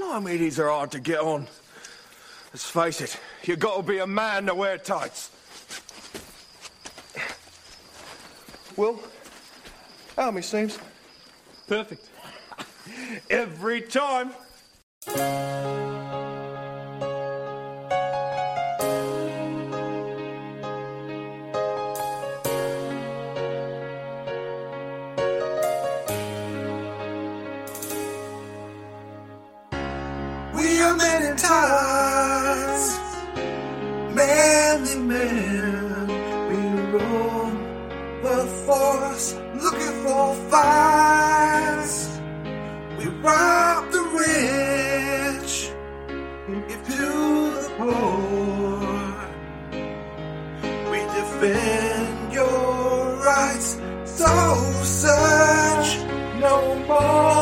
how meanies are hard to get on. Let's face it, you gotta be a man to wear tights. Will, how many seems? Perfect. Every time. We are men in tights, manly men. We roam the forest looking for fights. We rob the rich, we do the poor. We defend your rights, so search no more.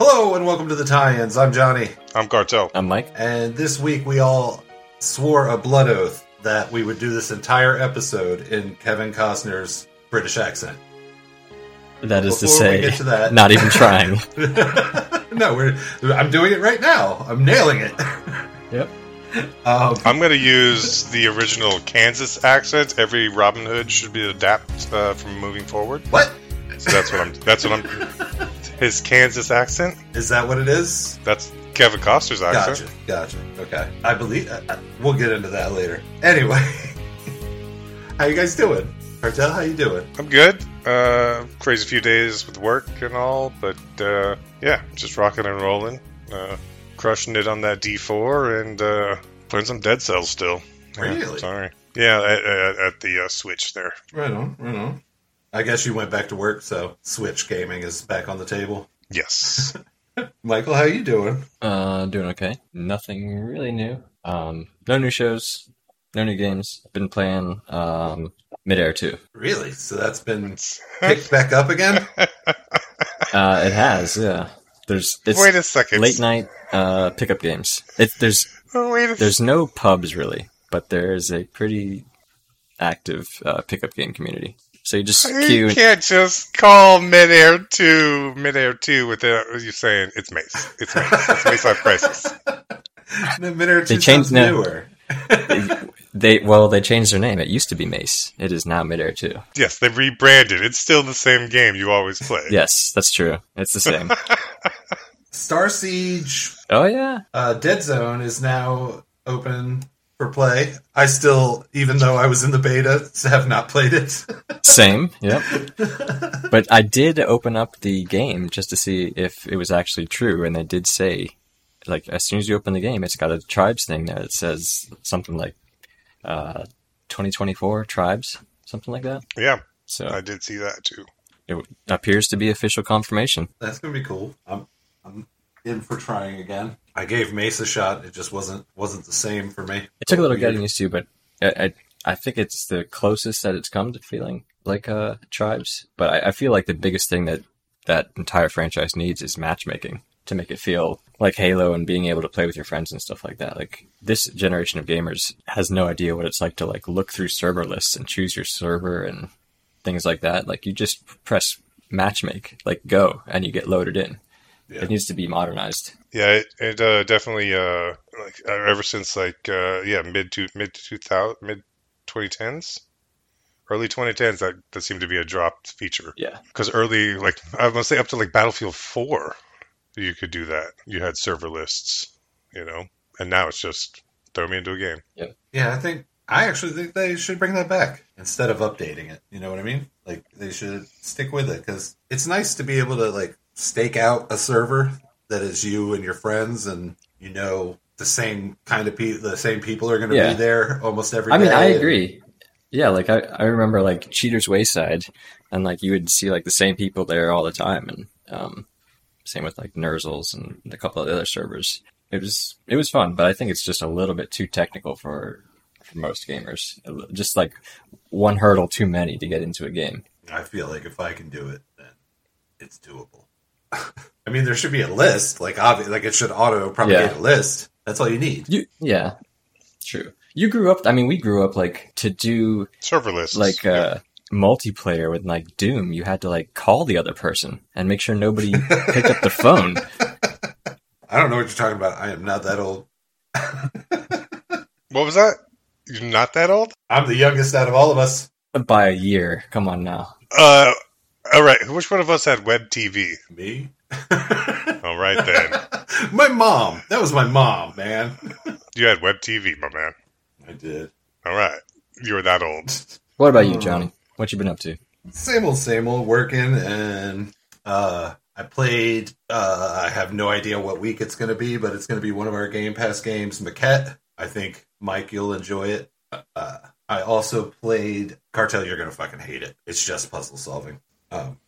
Hello and welcome to the tie-ins. I'm Johnny, I'm Cartel. I'm Mike. and this week we all swore a blood oath that we would do this entire episode in Kevin Costner's British accent. That is to Before we say, get to that- not even trying. no, we're I'm doing it right now. I'm nailing it. Yep. Um, I'm going to use the original Kansas accent. Every Robin Hood should be adapted uh, from moving forward. what So that's what I'm. That's what I'm. His Kansas accent. is that? What it is? That's Kevin Costner's accent. Gotcha. Gotcha. Okay. I believe uh, uh, we'll get into that later. Anyway, how you guys doing? Cartel, how you doing? I'm good. Uh, crazy few days with work and all, but uh, yeah, just rocking and rolling, uh, crushing it on that D4 and uh, playing some Dead Cells still. Yeah, Really? sorry. Yeah, at, at, at the uh, Switch there. Right on. Right on. I guess you went back to work, so Switch gaming is back on the table. Yes. Michael, how you doing? Uh, doing okay. Nothing really new. Um, no new shows. No new games. Been playing um, Midair 2. Really? So that's been picked back up again? Uh, it has, yeah. There's it's Wait a second. late night uh, pickup games. It, there's Oh, wait a there's no pubs really, but there is a pretty active uh, pickup game community. So you just queue. You can't just call midair two midair two without you saying it's Mace. It's Mace. It's Mace Life Crisis. The minute or two They changed sounds now. newer. They well, they changed their name. It used to be Mace. It is now Midair 2. Yes, they rebranded. It's still the same game you always play. Yes, that's true. It's the same. Star Siege oh yeah, uh, Dead Zone is now open for play. I still, even though I was in the beta, have not played it. Same, yep. but I did open up the game just to see if it was actually true, and they did say, like, as soon as you open the game, it's got a tribes thing there that says something like, uh, 2024 tribes, something like that. Yeah, I So did see that too. it appears to be official confirmation. That's gonna be cool. I'm I'm in for trying again. I gave Mace a shot. It just wasn't wasn't the same for me. It took a little Weird. getting used to, but I, I, I think it's the closest that it's come to feeling like uh, tribes. But I, I feel like the biggest thing that that entire franchise needs is matchmaking to make it feel like Halo and being able to play with your friends and stuff like that. Like this generation of gamers has no idea what it's like to like look through server lists and choose your server and things like that. Like you just press matchmake, like go, and you get loaded in. It needs to be modernized. Yeah, it, it uh, definitely uh, like uh, ever since like uh, yeah mid to mid two thousand mid twenty tens, early twenty tens that that seemed to be a dropped feature. Yeah. because early like i want to say up to like battlefield 4 you could do that you had server lists you know and now it's just throw me into a game Yeah, I think I actually think they should bring that back instead of updating it. You know what I mean? Like they should stick with it because it's nice to be able to like stake out a server that is you and your friends, and you know the same kind of people, the same people are going to Yeah. be there almost every day. I mean, I and- agree. Yeah, like I, I remember like Cheater's Wayside, and like you would see like the same people there all the time, and um, same with like Nurzels and a couple of the other servers. It was it was fun, but I think it's just a little bit too technical for for most gamers. Just like one hurdle too many to get into a game. I feel like if I can do it, then it's doable. I mean, there should be a list. Like, obvi- like it should auto propagate Yeah. a list. That's all you need. You, yeah, true. You grew up. I mean, we grew up like to do Server lists. like uh, multiplayer with like Doom. You had to like call the other person and make sure nobody picked up the phone. I don't know what you're talking about. I am not that old. what was that? You're not that old? I'm the youngest out of all of us. by a year. Come on now. Uh, all right. Which one of us had web TV? Me? All right then. my mom. That was my mom, man. you had web TV, my man. I did. All right. You were that old. What about you, Johnny? What you been up to? Same old, same old, working, and uh, I played. Uh, I have no idea what week it's going to be, but it's going to be one of our Game Pass games, Maquette. I think Mike, you'll enjoy it. Uh, I also played Cartel. You're going to fucking hate it. It's just puzzle solving, um,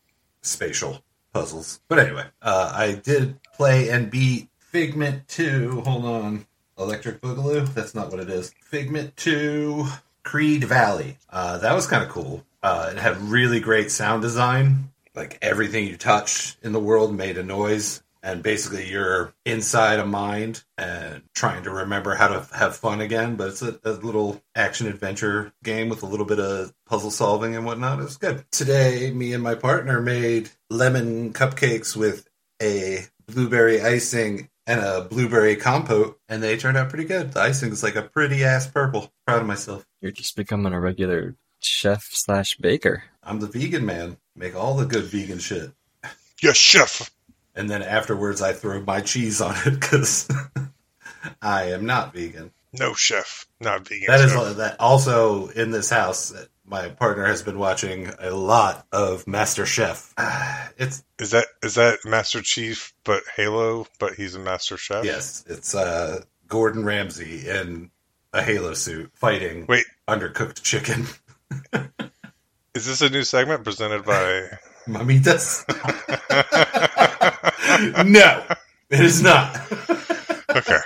spatial puzzles. But anyway, uh, I did play and beat Figment Two. Hold on, Electric Boogaloo. That's not what it is. Figment Two. Creed Valley. Uh, that was kind of cool. Uh, it had really great sound design. Like everything you touched in the world made a noise, and basically you're inside a mind and trying to remember how to have fun again. But it's a, a little action adventure game with a little bit of puzzle solving and whatnot. It was good. Today, me and my partner made lemon cupcakes with a blueberry icing and a blueberry compote, and they turned out pretty good. The icing's like a pretty ass purple. Proud of myself. You're just becoming a regular chef slash baker. I'm the vegan man. Make all the good vegan shit. Yes, chef. And then afterwards, I throw my cheese on it because I am not vegan. No, chef. Not vegan. That is chef. that. Also, in this house, my partner has been watching a lot of Master Chef. It's Is that is that Master Chief, but Halo, but he's a Master Chef? yes, it's uh, Gordon Ramsay in a Halo suit fighting Wait. undercooked chicken. Is this a new segment presented by? Mamitas. no, it is not. okay.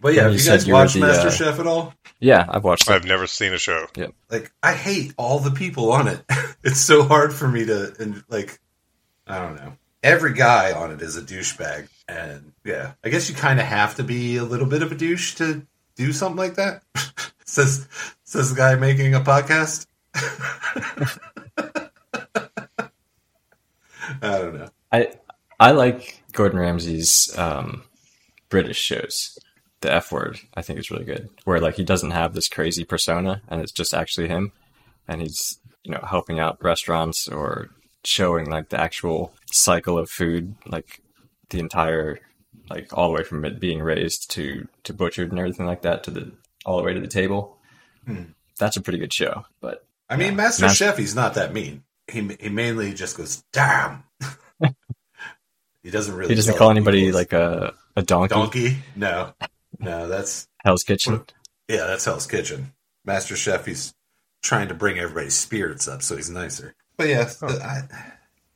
But yeah, You have you said guys you were watched the, uh, Master Chef at all? Yeah, I've watched it. I've never seen a show. Like, I hate all the people on it. it's so hard for me to, and like, I don't know. Every guy on it is a douchebag, and yeah, I guess you kind of have to be a little bit of a douche to do something like that. says says the guy making a podcast. I don't know. I I like Gordon Ramsay's um, British shows. The F word, I think, is really good. Where like he doesn't have this crazy persona, and it's just actually him, and he's you know helping out restaurants or showing like the actual cycle of food, like the entire like all the way from it being raised to to butchered and everything like that to the all the way to the table. Hmm. That's a pretty good show, but I mean, Yeah. Master Mas- Chef, he's not that mean. He he mainly just goes, "Damn." he doesn't really. he doesn't yell call at anybody people. like a a donkey. donkey. No, no, that's Hell's Kitchen. yeah, that's Hell's Kitchen. Master Chef, he's trying to bring everybody's spirits up, so he's nicer. But yeah, Oh. the- I,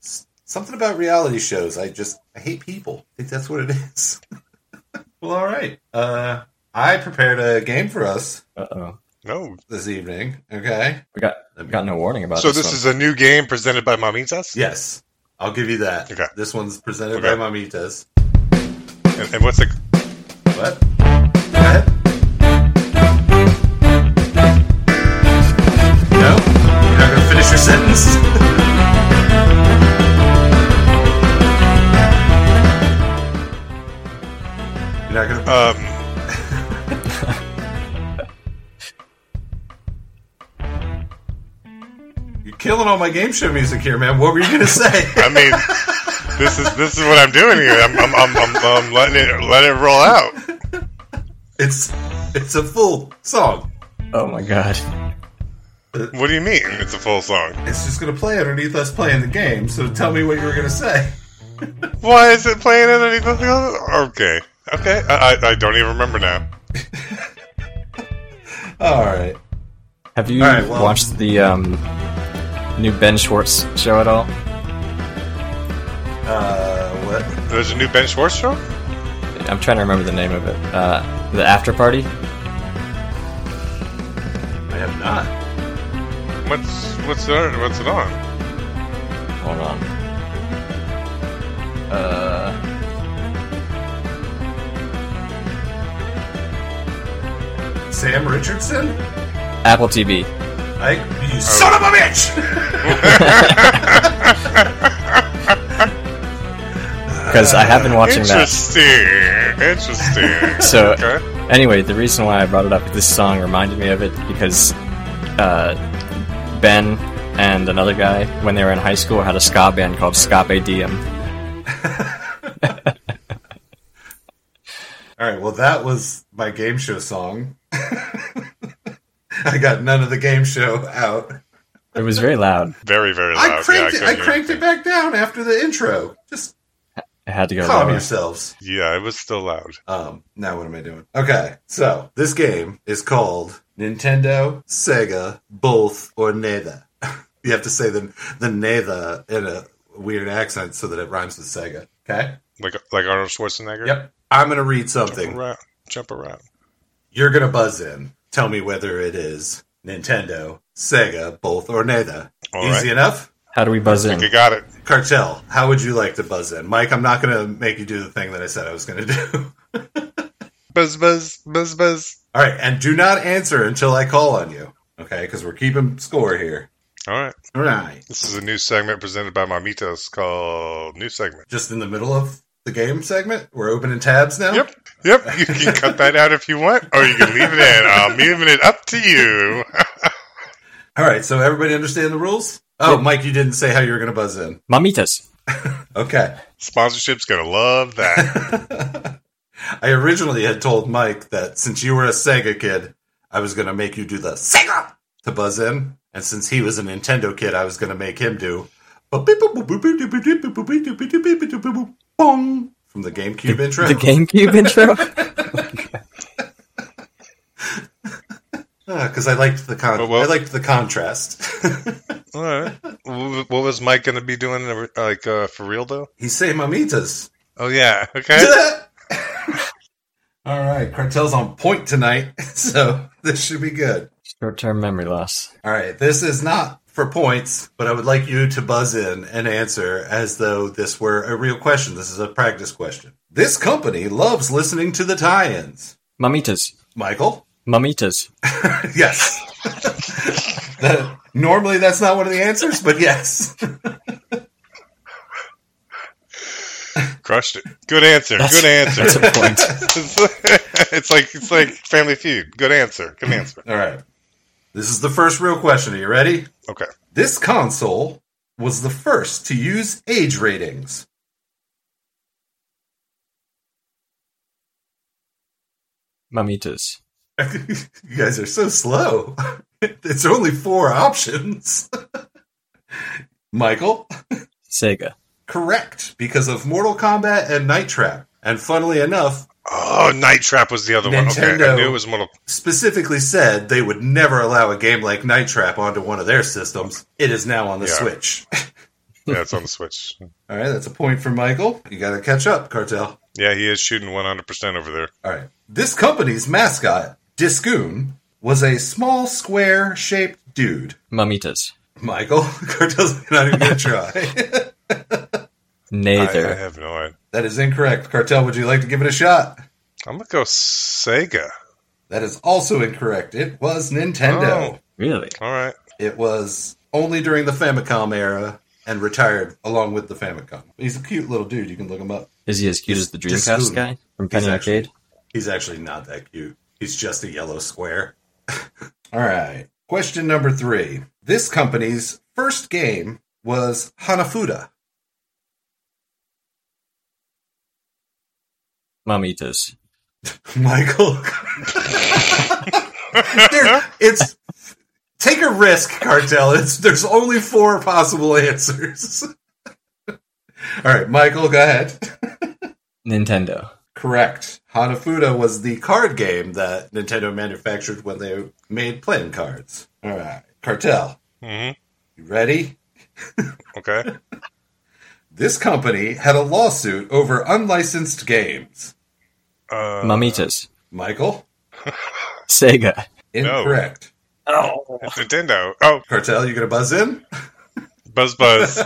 s- something about reality shows. I just I hate people. I think that's what it is. well, all right. Uh, I prepared a game for us Uh oh, No. this evening. Okay. we got Let me- got no warning about So this. this is a new game presented by Mamitas. Yes, I'll give you that. Okay. This one's presented by Okay. Mamitas. And, and what's the? What? Go ahead. No? You're not gonna finish your sentence? You're not gonna. Um. You're killing all my game show music here, man. What were you gonna say? I mean, this is this is what I'm doing here. I'm I'm I'm, I'm, I'm letting it let it roll out. it's it's a full song. Oh my god. What do you mean? It's a full song. It's just gonna play underneath us playing the game. So tell me what you were gonna say. Why is it playing underneath the other? Okay. Okay. I, I I don't even remember now. All right. Have you All right, well- watched the um, new Ben Schwartz show at all? Uh, what? There's a new Ben Schwartz show. I'm trying to remember the name of it. Uh, the After Party. I have not. What's what's it on? What's it on? Hold on. Uh, Sam Richardson? Apple TV. I, Oh. you son of a bitch! Because I Uh, have been watching that. Interesting. Interesting. So- okay. Anyway, the reason why I brought it up, this song reminded me of it because uh, Ben and another guy, when they were in high school, had a ska band called Scape Diem. All right, well, that was my game show song. I got none of the game show out. It was very loud. Very, very loud. I cranked yeah, it. I Oh, couldn't cranked hear it back down after the intro. Just It had to go calm lower. yourselves. anything. Yeah, it was still loud. Um, now what am I doing? Okay, so this game is called Nintendo, Sega, both or neither. you have to say the the neither in a weird accent so that it rhymes with Sega. Okay. Like like Arnold Schwarzenegger. Yep. I'm gonna read Jump something. around. Jump around. You're gonna buzz in. Tell me whether it is Nintendo, Sega, both or neither. All Easy right. enough. How do we buzz in? You got it. Cartel, how would you like to buzz in? Mike, I'm not gonna make you do the thing that I said I was gonna do. Buzz, buzz, buzz, buzz. All right, and do not answer until I call on you. Okay, because we're keeping score here. All right. All right. This is a new segment presented by Mamitos called New Segment. Just in the middle of the game segment, we're opening tabs now. Yep. Yep. You can cut that out if you want, or you can leave it in. I'm leaving it up to you. All right. So everybody understand the rules? Oh, Yep. Mike, you didn't say how you were going to buzz in. Mamitas. Okay. Sponsorship's going to love that. I originally had told Mike that since you were a Sega kid, I was going to make you do the Sega to buzz in, and since he was a Nintendo kid, I was going to make him do. Bong from the GameCube intro. The GameCube intro? because Ah, I liked the con- But what- I liked the contrast. All right. Wh- What was Mike going to be doing, like, uh, for real, though? He's saying mamitas. Oh, yeah. Okay. All right, cartel's on point tonight, so this should be good. Short term memory loss. All right, this is not for points, but I would like you to buzz in and answer as though this were a real question. This is a practice question. This company loves listening to the tie-ins. Mamitas. Michael? Mamitas. Yes. That- normally that's not one of the answers, but yes. Crushed it. Good answer. Good answer. That's a point. it's like it's like Family Feud. Good answer. Good answer. All right. This is the first real question. Are you ready? Okay. This console was the first to use age ratings. Mamitas. you guys are so slow. It's only four options. Michael, Sega. correct, because of Mortal Kombat and Night Trap. And funnily enough, Oh, Night Trap was the other one. Okay, I Nintendo. knew it was Mortal. specifically said they would never allow a game like Night Trap onto one of their systems. It is now on the Yeah. Switch. Yeah, it's on the Switch. All right, that's a point for Michael. You got to catch up, Cartel. Yeah, he is shooting 100% over there. All right. This company's mascot, Discoon, was a small square shaped dude. Mamitas. Michael, Cartel's not even going to try. I, Neither. I have no idea. that is incorrect. Cartel, would you like to give it a shot? I'm gonna go Sega. That is also incorrect. It was Nintendo. Oh. Really? All right. It was only during the Famicom era and retired along with the Famicom. He's a cute little dude. You can look him up. Is he as cute as the Just Dreamcast who? guy from Penny actually- Arcade? He's actually not that cute. He's just a yellow square. All right. Question number three. This company's first game was Hanafuda. Mamitas. Michael. There- it's take a risk, cartel. It's there's only four possible answers. All right, Michael, go ahead. Nintendo. Correct. Hanafuda was the card game that Nintendo manufactured when they made playing cards. All right, cartel. hmm You ready? Okay. This company had a lawsuit over unlicensed games. Uh, Mamitas. Michael, Sega. incorrect. it's Nintendo. Oh, Cartel, you gonna buzz in? Buzz Buzz.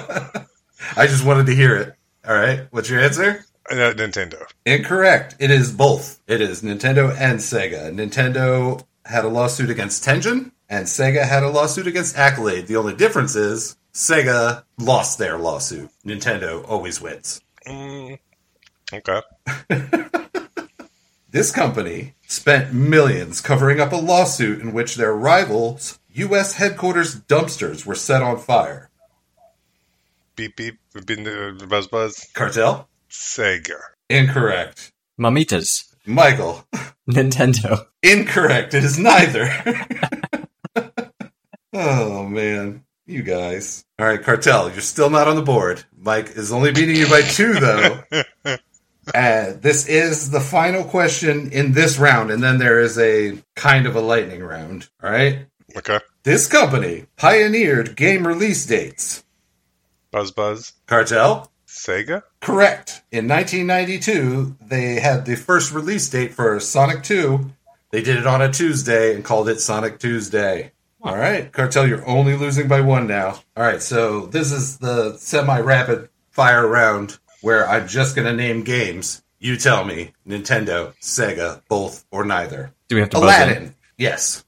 I just wanted to hear it. All right. What's your answer? Uh, Nintendo. Incorrect. It is both. It is Nintendo and Sega. Nintendo had a lawsuit against Tengen, and Sega had a lawsuit against Accolade. The only difference is Sega lost their lawsuit. Nintendo always wins. Mm, okay. This company spent millions covering up a lawsuit in which their rivals' U.S. headquarters dumpsters were set on fire. Beep beep. Been the buzz buzz. Cartel? Sega. Incorrect. Mamitas. Michael? Nintendo. Incorrect. It is neither. oh man, you guys. All right, cartel. You're still not on the board. Mike is only beating you by two, though. Uh, this is the final question in this round, and then there is a kind of a lightning round. All right. Okay. This company pioneered game release dates. Buzz buzz. Cartel. Sega. Correct. In 1992, they had the first release date for Sonic 2. They did it on a Tuesday and called it Sonic Tuesday. All right, Cartel, you're only losing by one now. All right, so this is the semi rapid fire round where I'm just going to name games. You tell me Nintendo, Sega, both, or neither. Do we have to buzz in? Aladdin. Yes.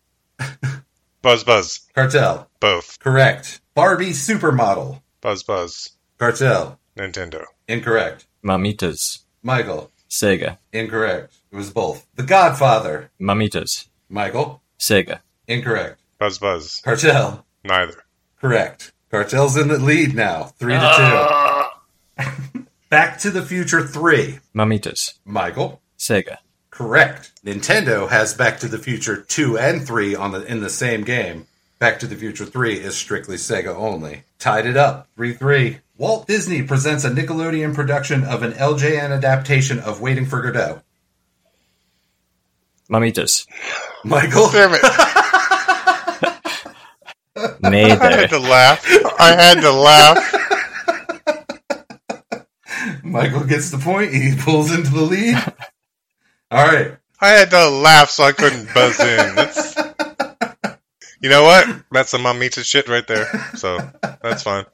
Buzz buzz. Cartel. Both. Correct. Barbie Supermodel. Buzz buzz. Cartel. Nintendo. Incorrect. Mamitas. Michael. Sega. Incorrect. It was both. The Godfather. Mamitas. Michael. Sega. Incorrect. Buzz buzz. Cartel. Neither. Correct. Cartel's in the lead now. Three to two. Back to the Future 3. Mamitas. Michael. Sega. Correct. Nintendo has Back to the Future 2 and 3 on the in the same game. Back to the Future 3 is strictly Sega only. Tied it up. 3 3. Walt Disney presents a Nickelodeon production of an LJN adaptation of Waiting for Godot. Mamitas. Michael. Damn it. I had Neither. to laugh. I had to laugh. Michael gets the point. He pulls into the lead. All right. I had to laugh so I couldn't buzz in. That's, you know what? That's some mamita shit right there. So that's fine.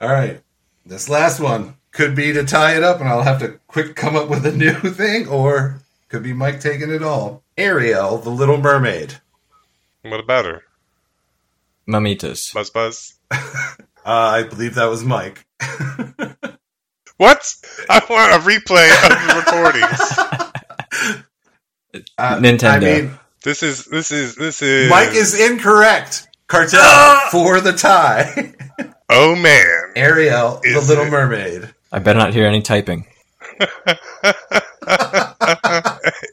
All right. This last one could be to tie it up, and I'll have to quick come up with a new thing, or could be Mike taking it all. Ariel, the Little Mermaid. What about her? Mamitas. Buzz buzz. Uh, I believe that was Mike. What? I want a replay of the recordings. Uh, Nintendo. I mean, This is this is this is Mike is incorrect. Cartel Ah! for the tie. Oh man. Ariel, the Is Little it? Mermaid. I better not hear any typing.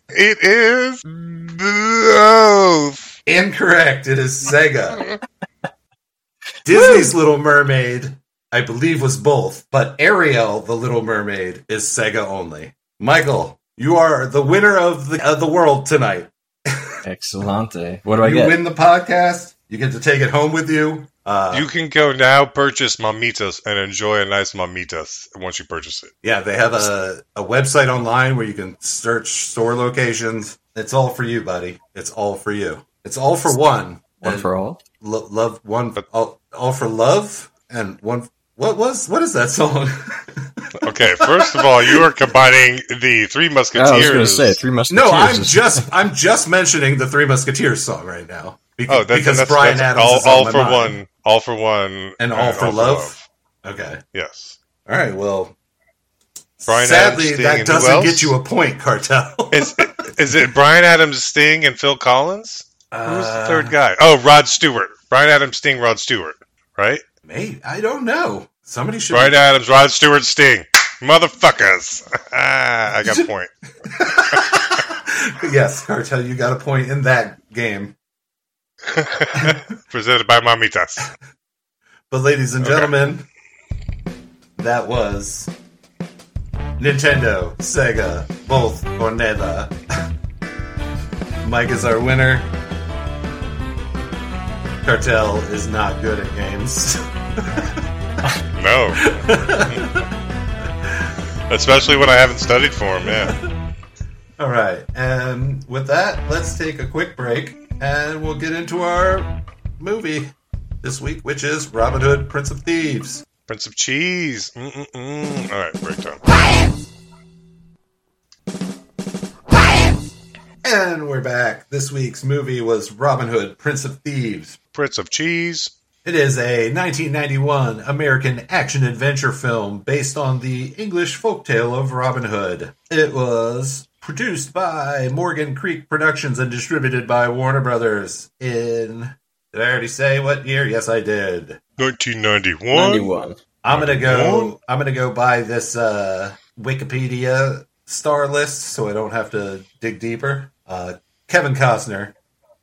It is both. Incorrect. It is Sega. Disney's Little Mermaid, I believe, was both, but Ariel, the Little Mermaid, is Sega only. Michael, you are the winner of the of the world tonight. Excellente. What do I you get? win the podcast. You get to take it home with you. Uh, You can go now purchase mamitas and enjoy a nice mamitas once you purchase it. yeah, they have a, a website online where you can search store locations. It's all for you, buddy. It's all for you. It's all for one. One And- for all? lo- love one all, all for love and one what was what is that song Okay, first of all, you are combining the Three Oh, Musketeers. I was going to say, Three no Musketeers. i'm is- just i'm just mentioning the three musketeers song right now Beca- because, Oh, that's, that's, brian that's adams all, is on all my for mind. one, all for one, And All for Love? okay Yes, all right well Bryan sadly Adams, Sting, that and who doesn't else? get you a point cartel is is it Brian Adams, Sting, and Phil Collins? Who's the Uh, third guy? Oh, Rod Stewart. Brian Adams, Sting, Rod Stewart. Right? maybe i don't know somebody should Brian Adams, Rod Stewart, Sting. Motherfuckers! Ah, I got a point. yes cartel you got a point in that game Presented by Mamitas. But ladies and gentlemen, that was Nintendo, Sega, both or neither. Mike is our winner. Cartel is not good at games. No, especially when I haven't studied for him. Yeah, All right, and with that, let's take a quick break and we'll get into our movie this week, which is Robin Hood, Prince of Thieves. Prince of Cheese. Mm-mm-mm. All right, breakdown. And we're back. This week's movie was Robin Hood, Prince of Thieves. Prince of Cheese. It is a 1991 American action adventure film based on the English folktale of Robin Hood. It was produced by Morgan Creek Productions and distributed by Warner Brothers in. Did I already say what year? Yes, I did. 1991. 91. I'm gonna Ninety-one. go. I'm gonna go by this uh, Wikipedia star list, so I don't have to dig deeper. Uh, Kevin Costner,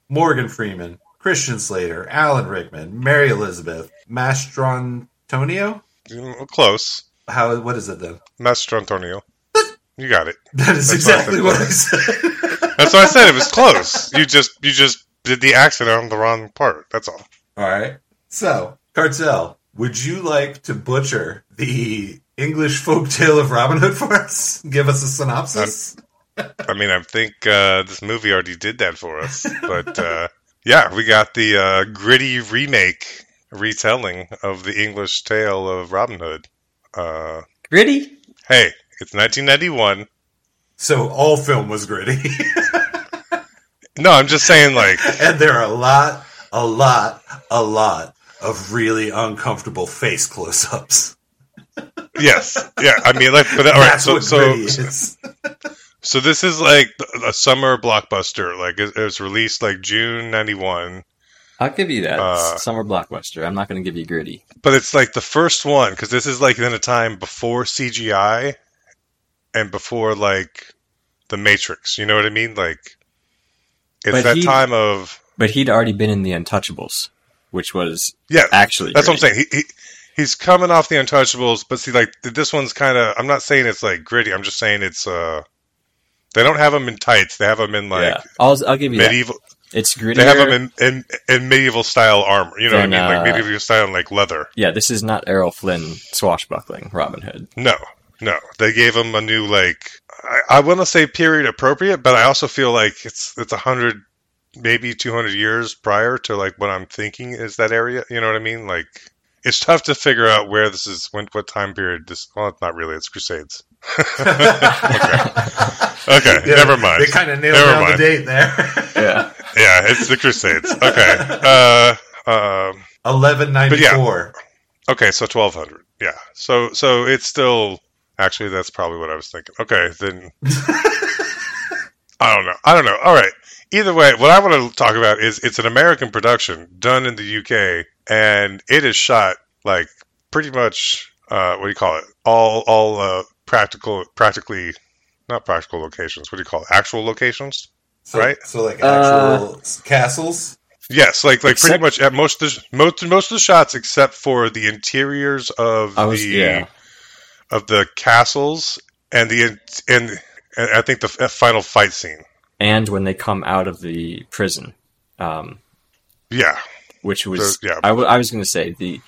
Morgan Freeman, Christian Slater, Alan Rickman, Mary Elizabeth, Mastrantonio. Mm, Close. How? What is it then? Master Antonio. You got it. That is That's exactly what what I said. That's what I said. It was close. You just you just did the accent on the wrong part. That's all. All right. So, Cartel, would you like to butcher the English folktale of Robin Hood for us? Give us a synopsis. I mean, I think uh, this movie already did that for us. But uh, yeah, we got the uh, gritty remake retelling of the English tale of Robin Hood. Uh, Gritty. hey, it's 1991. So, all film was gritty. No, I'm just saying, like, and there are a lot, a lot, a lot of really uncomfortable face close-ups. yes, yeah. I mean, like, but all right. That's so, what so, gritty is. so this is like a summer blockbuster. Like, it, it was released like June '91, I'll give you that. It's Uh, Summer blockbuster. I'm not going to give you gritty. but it's like the first one because this is like in a time before CGI and before like the Matrix. You know what I mean? Like, it's But that he- time of But he'd already been in The Untouchables, which was yeah. actually. That's what I'm gritty. saying. He, he he's coming off the Untouchables, but see, like th- this one's kind of. I'm not saying it's like gritty. I'm just saying it's. uh They don't have him in tights. They have him in like yeah. I'll, I'll give you medieval. that. It's gritty. They have him in, in in medieval style armor. You know what I mean? Then, Like uh, medieval style, like leather. Yeah, this is not Errol Flynn swashbuckling Robin Hood. No, no. They gave him a new like. I, I want to say period appropriate, but I also feel like it's it's a hundred, maybe two hundred years prior to like what I'm thinking is that area. You know what I mean? Like it's tough to figure out where this is when what time period this. Well, it's not really. It's Crusades. Okay, Yeah, never mind. They kind of nailed Never down the mind. date there. Yeah. Yeah, it's the Crusades. Okay. Uh, um, Eleven ninety-four. Okay, so twelve hundred. Yeah. So so it's still actually that's probably what I was thinking. Okay, then I don't know. I don't know. All right. Either way, what I want to talk about is it's an American production done in the UK, and it is shot like pretty much uh, what do you call it? All all uh, practical, practically not practical locations. What do you call it? Actual locations? So, Right. So, like Uh, actual s- castles. Yes, like like Except- pretty much at most of the, most most of the shots except for the interiors of I was the yeah. of the castles and the and, and I think the f- final fight scene. And when they come out of the prison, um, Yeah, which was So, yeah. I, w- I was going to say the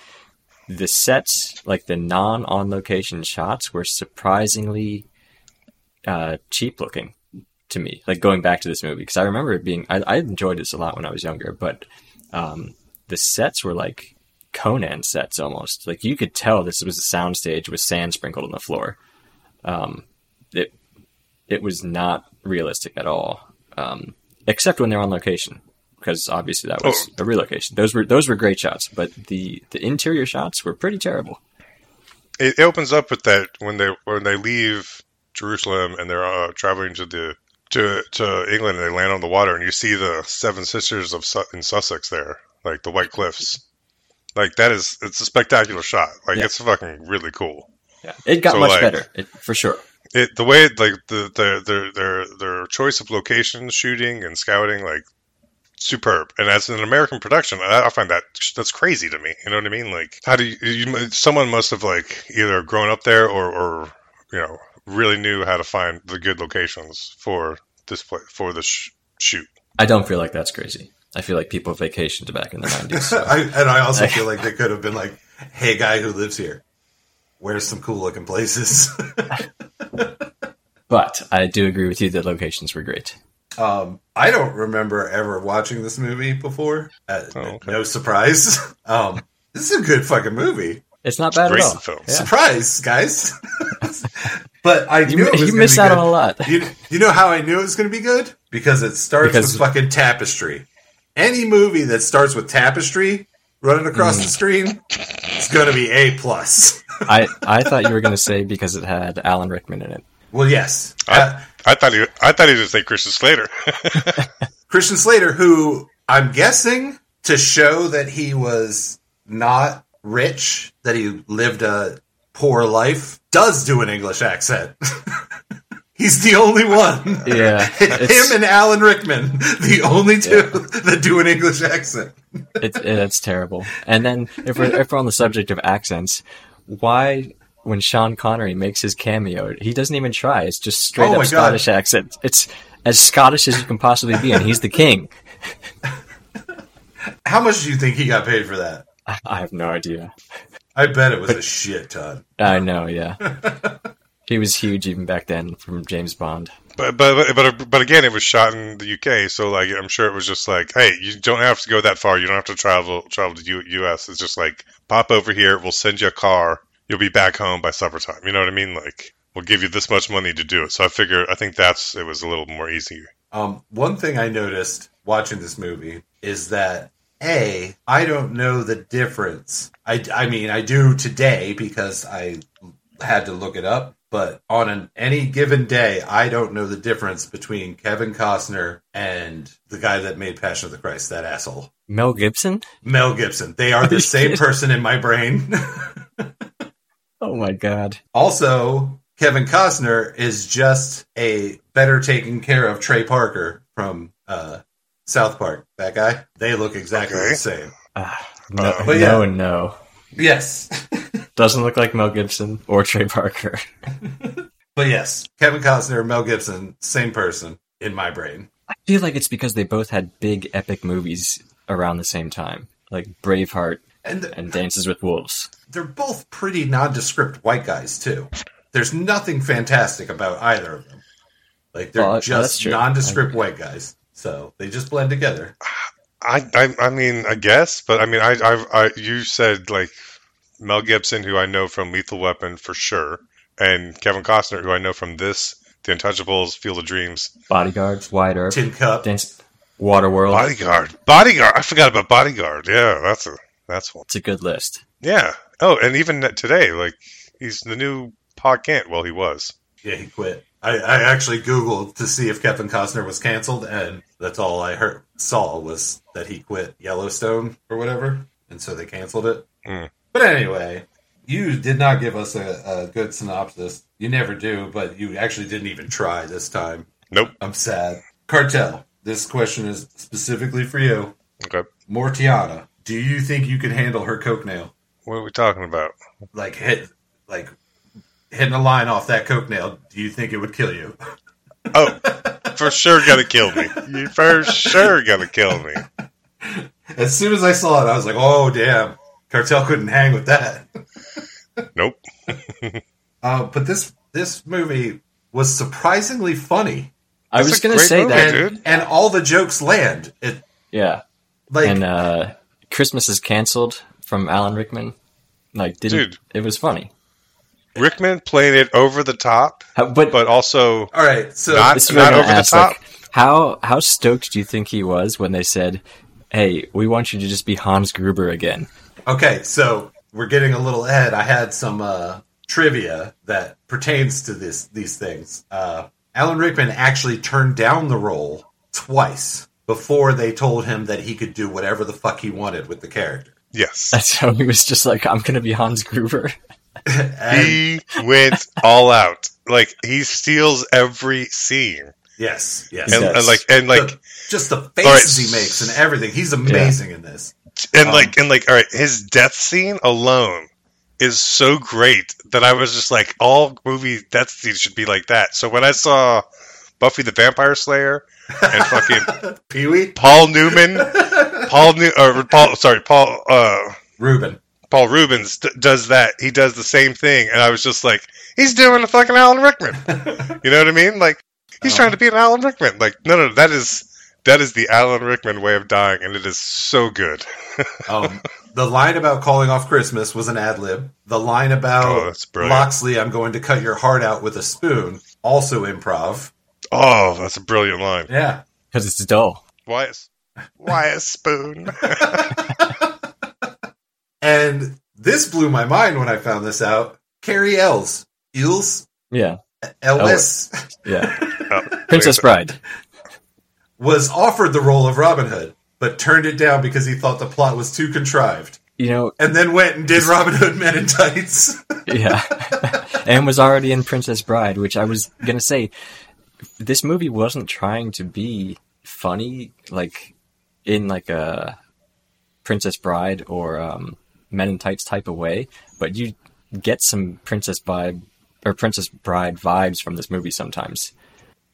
the sets like the non on location shots were surprisingly uh, cheap looking to me like going back to this movie because I remember it being I, I enjoyed this a lot when I was younger but um, the sets were like Conan sets almost like you could tell this was a soundstage with sand sprinkled on the floor um, it it was not realistic at all um, except when they're on location because obviously that was Oh. a relocation. Those were those were great shots, but the the interior shots were pretty terrible. it, it opens up with that when they when they leave Jerusalem and they're uh, traveling to the to to England and they land on the water and you see the Seven Sisters of Su- in Sussex there, like the White Cliffs. Like that is it's a spectacular shot. Like Yeah. it's fucking really cool. Yeah, it got So, much like- better it, for sure. it the way like the their their their their choice of location shooting and scouting like superb and as an american production i, I find that that's crazy to me you know what i mean like how do you, you someone must have like either grown up there or or you know really knew how to find the good locations for this play for the sh- shoot I don't feel like that's crazy. I feel like people vacationed back in the nineties. I, and I also feel like they could have been like, "Hey, guy who lives here, where's some cool looking places?" but I do agree with you that locations were great. Um, I don't remember ever watching this movie before. Uh, Oh, okay. No surprise. um, this is a good fucking movie. It's not bad Great at all. film. Yeah. Surprise, guys! but I You, knew it was you gonna miss be out good. on a lot. you, you know how I knew it was going to be good? Because it starts Because- with fucking tapestry. Any movie that starts with tapestry running across Mm. the screen, it's going to be A plus. I, I thought you were going to say because it had Alan Rickman in it. Well, yes, I, uh, I thought he, I thought he was going to say Christian Slater. Christian Slater, who I'm guessing to show that he was not rich, that he lived a poor life, does do an English accent. He's the only one. Yeah, it's- Him and Alan Rickman, the only two that do an English accent. It, it's terrible. And then if we're, if we're on the subject of accents, why when Sean Connery makes his cameo, he doesn't even try. It's just straight Oh my up God. Scottish accent. It's as Scottish as you can possibly be, and he's the king. How much do you think he got paid for that? I, I have no idea. I bet it was a shit ton. I know, yeah. He was huge even back then from James Bond. but, but but but again, it was shot in the UK, so like I'm sure it was just like, hey, you don't have to go that far. You don't have to travel travel to U- US. It's just like pop over here. We'll send you a car. You'll be back home by supper time. You know what I mean? Like we'll give you this much money to do it. So I figure I think that's it was a little more easy. Um, one thing I noticed watching this movie is that a I don't know the difference. I I mean I do today because I had to look it up. But on an, any given day, I don't know the difference between Kevin Costner and the guy that made Passion of the Christ. That asshole, Mel Gibson? Mel Gibson. They are the same person in my brain. Oh my god. Also, Kevin Costner is just a better taken care of Trey Parker from uh, South Park. That guy, they look exactly Okay. the same. Ah, no, Uh, but no, yeah. no. Yes, Doesn't look like Mel Gibson or Trey Parker. but yes, Kevin Costner, Mel Gibson, same person in my brain. I feel like it's because they both had big epic movies around the same time, like Braveheart And th- and Dances with Wolves. they're both pretty nondescript white guys too. There's nothing fantastic about either of them. Like they're Well, that's just true. nondescript white guys. So they just blend together. I, I I mean I guess, but I mean I I, I you said like Mel Gibson, who I know from Lethal Weapon for sure, and Kevin Costner, who I know from this, The Untouchables, Field of Dreams, Bodyguards, Wide Earp, Tin cup. Dance, Waterworld. Bodyguard, Bodyguard. I forgot about Bodyguard. Yeah, that's a that's one. It's a good list. Yeah. Oh, and even that today, like he's the new Pa Kent. Well, he was. Yeah, he quit. I, I actually Googled to see if Kevin Costner was canceled, and that's all I heard saw was that he quit Yellowstone or whatever, and so they canceled it. Hmm. But anyway, you did not give us a, a good synopsis. You never do, but you actually didn't even try this time. Nope. I'm sad. Cartel, this question is specifically for you. Okay. Mortiana, do you think you could handle her coke nail? What are we talking about? Like hit, like hitting a line off that coke nail. Do you think it would kill you? Oh, for sure, gonna kill me. You for sure gonna kill me. As soon as I saw it, I was like, "Oh damn, Cartel couldn't hang with that." Nope. Uh, but this this movie was surprisingly funny, I That's was a going to great say movie, that. dude. and all the jokes land. It Yeah. like and uh, Christmas is canceled from Alan Rickman. Like, didn't Dude. it was funny, Rickman played it over the top, How- but, but also all right, so Not- this is what I'm over going to the ask. top. Like, how how stoked do you think he was when they said, "Hey, we want you to just be Hans Gruber again"? okay, so we're getting a little ahead. I had some uh, trivia that pertains to this these things. Uh, Alan Rickman actually turned down the role twice before they told him that he could do whatever the fuck he wanted with the character. yes, And so he was just like, "I'm going to be Hans Gruber." And- he went all out. Like he steals every scene, yes, yes, and, Yes. and like and like The- just the faces right. he makes and everything. He's amazing in this. and Um, like and like all right his death scene alone is so great that i was just like all movie death scenes should be like that so when i saw buffy the vampire slayer and fucking Pee Wee paul newman paul New- or paul sorry paul uh Ruben. paul rubens d- does that he does the same thing and i was just like he's doing a fucking alan rickman you know what i mean like he's Um, trying to be an alan rickman like no no that is that is the alan rickman way of dying and it is so good Um, The line about calling off Christmas was an ad lib. The line Oh, about that's brilliant. Loxley, I'm going to cut your heart out with a spoon, also improv. Oh, that's a brilliant line. Yeah. because it's dull. Why is why a spoon? And this blew my mind when I found this out. Carrie Ells. Eels? Yeah, Ellis yeah. Oh, Princess wait, Bride. was offered the role of Robin Hood, but turned it down because he thought the plot was too contrived. You know, And then went and did Robin Hood Men in Tights. yeah. and was already in Princess Bride, which I was gonna say, this movie wasn't trying to be funny, like in like a Princess Bride or um, Men in Tights type of way, but you get some Princess Bride or Princess Bride vibes from this movie sometimes.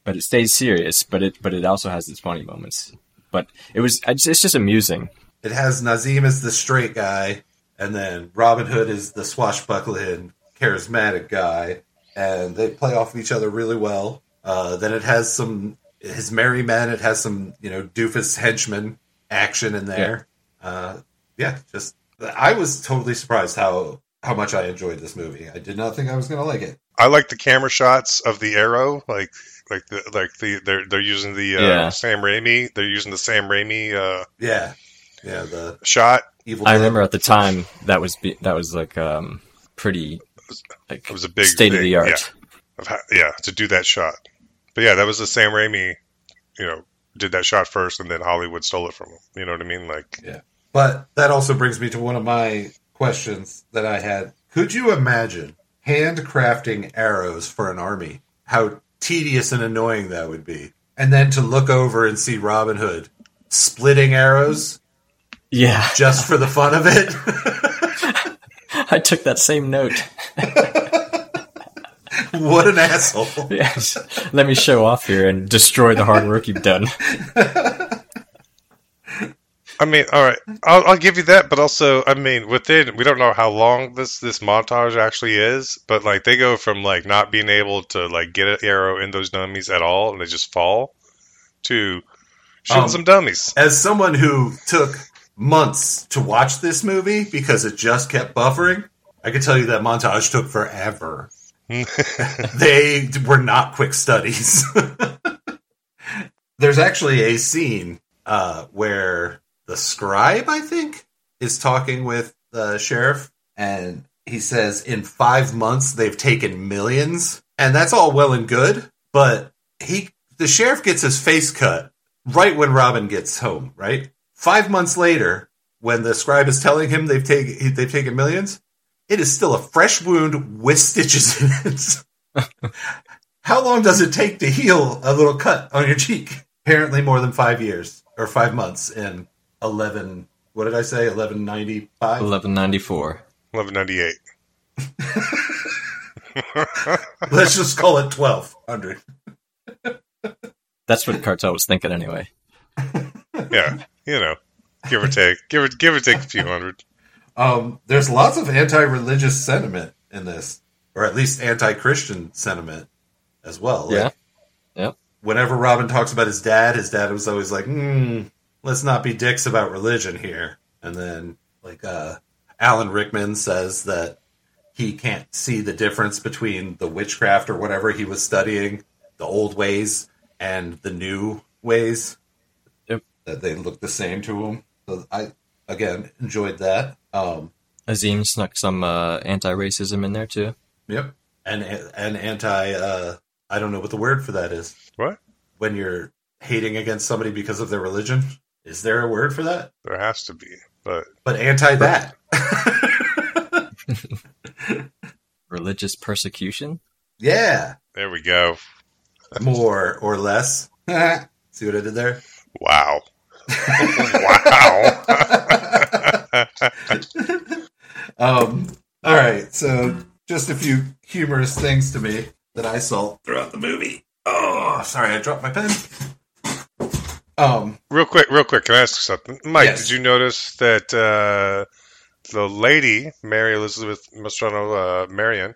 But it stays serious, but it but it also has its funny moments. But it was I just- it's just amusing. it has Nazim as the straight guy, and then Robin Hood is the swashbuckling, charismatic guy, and they play off of each other really well. Uh, then it has some his merry men. It has some you know doofus henchmen action in there. Uh, yeah, just I was totally surprised how how much I enjoyed this movie. I did not think I was going to like it. I like the camera shots of the arrow, like like the like the they're they're using the uh, Yeah. Sam Raimi. They're using the Sam Raimi uh, Yeah, yeah, the shot. evil. I Dead. remember at the time that was be, that was like um pretty like It was a big state of the thing, art. of how, yeah to do that shot. But yeah, that was the Sam Raimi. You know, did that shot first, and then Hollywood stole it from him. You know what I mean? Like But that also brings me to one of my questions that I had. Could you imagine handcrafting arrows for an army? How tedious and annoying that would be. And then to look over and see Robin Hood splitting arrows Yeah, just for the fun of it. I took that same note. what an asshole. Yes. Let me show off here and destroy the hard work you've done. I mean, all right, I'll, I'll give you that, but also, I mean, within we don't know how long this this montage actually is, but like they go from like not being able to like get an arrow in those dummies at all, and they just fall, to shooting Um, some dummies. As someone who took months to watch this movie because it just kept buffering, I can tell you that montage took forever. they were not quick studies. There's actually a scene uh, where the scribe, I think, is talking with the sheriff, and he says, In five months, they've taken millions. And that's all well and good, but he, the sheriff gets his face cut right when Robin gets home, right? Five months later, when the scribe is telling him they've taken they've taken millions, it is still a fresh wound with stitches in it. How long does it take to heal a little cut on your cheek? Apparently, more than five years or five months in eleven. What did I say? Eleven ninety five. 1194. Eleven ninety eight. Let's just call it twelve hundred. That's what Cartel was thinking anyway. Yeah, you know, give or take, give or give or take a few hundred. Um, there's lots of anti-religious sentiment in this, or at least anti-Christian sentiment as well. Like, Yeah. Yep. whenever Robin talks about his dad, his dad was always like, mm, "Let's not be dicks about religion here." And then, like, uh, Alan Rickman says that he can't see the difference between the witchcraft or whatever he was studying, the old ways and the new ways. Yep. That they look the same to him. So I again enjoyed that. Um, Azim snuck some uh, anti-racism in there too. Yep. And and anti uh I don't know what the word for that is. What? When you're hating against somebody because of their religion? Is there a word for that? There has to be, but But anti that. Religious persecution? yeah. there we go. More or less. See what I did there? Wow, wow. Um all right, so just a few humorous things to me that I saw throughout the movie. Oh, sorry, I dropped my pen. Um Real quick, real quick, can I ask something? Mike, Yes. did you notice that uh, the lady, Mary Elizabeth Mastrano uh, Marion,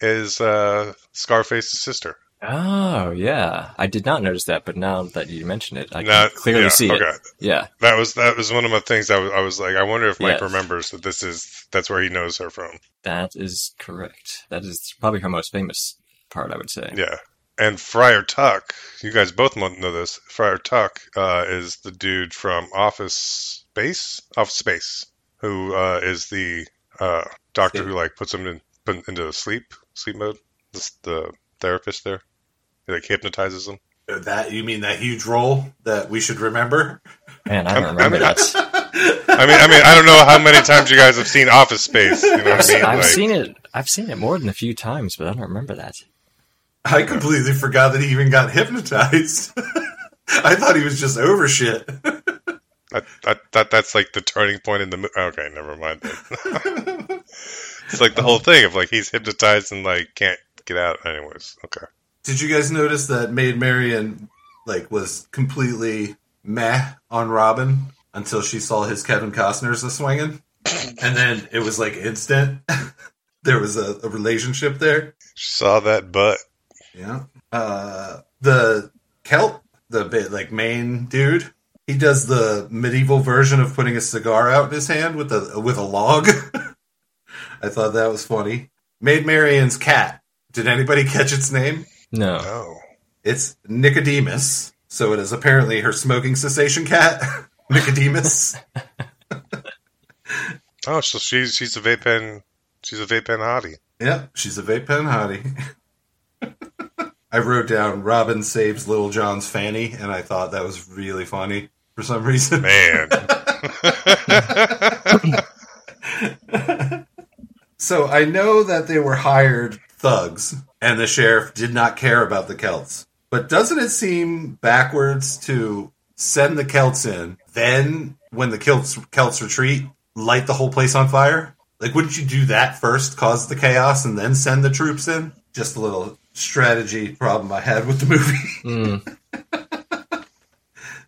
is uh, Scarface's sister? Oh yeah, I did not notice that, but now that you mention it, I Nah, can clearly yeah, see okay. it. Yeah, That was that was one of my things. I was, I was like, I wonder if Mike Yes. remembers that this is that's where he knows her from. that is correct. That is probably her most famous part, I would say. Yeah, and Friar Tuck. You guys both mo- know this. Friar Tuck uh, is the dude from Office Space. Office Space, who uh, is the uh, doctor who like puts him in put into sleep sleep mode. The, the therapist there, he like hypnotizes him. That you mean that huge role that we should remember? Man, I I'm- don't remember I'm- that. I mean, I mean, I don't know how many times you guys have seen Office Space. You know what I mean? I've Like, seen it. I've seen it more than a few times, but I don't remember that. I completely forgot that he even got hypnotized. I thought he was just over shit. I, I thought that's like the turning point in the movie. Okay, never mind. Then. it's like the whole thing of like he's hypnotized and like can't get out. Anyways, okay. Did you guys notice that Maid Marian like was completely meh on Robin until she saw his Kevin Costner's a swinging, and then it was like instant. there was a, a relationship there. She saw that butt. Yeah. Uh, the Kelp, the bit like main dude, he does the medieval version of putting a cigar out in his hand with a with a log. I thought that was funny. Maid Marian's cat. Did anybody catch its name? No, Oh, It's Nicodemus. So it is apparently her smoking cessation cat, Nicodemus. oh. So she's she's a vape pen. She's a vape pen hottie. yep, she's a vape pen hottie. I wrote down Robin saves Little John's fanny, and I thought that was really funny for some reason. Man, So I know that they were hired thugs, and the sheriff did not care about the Celts. But doesn't it seem backwards to send the Celts in, then when the Celts, Celts retreat, light the whole place on fire? Like, wouldn't you do that first, cause the chaos, and then send the troops in? Just a little strategy problem I had with the movie. Mm,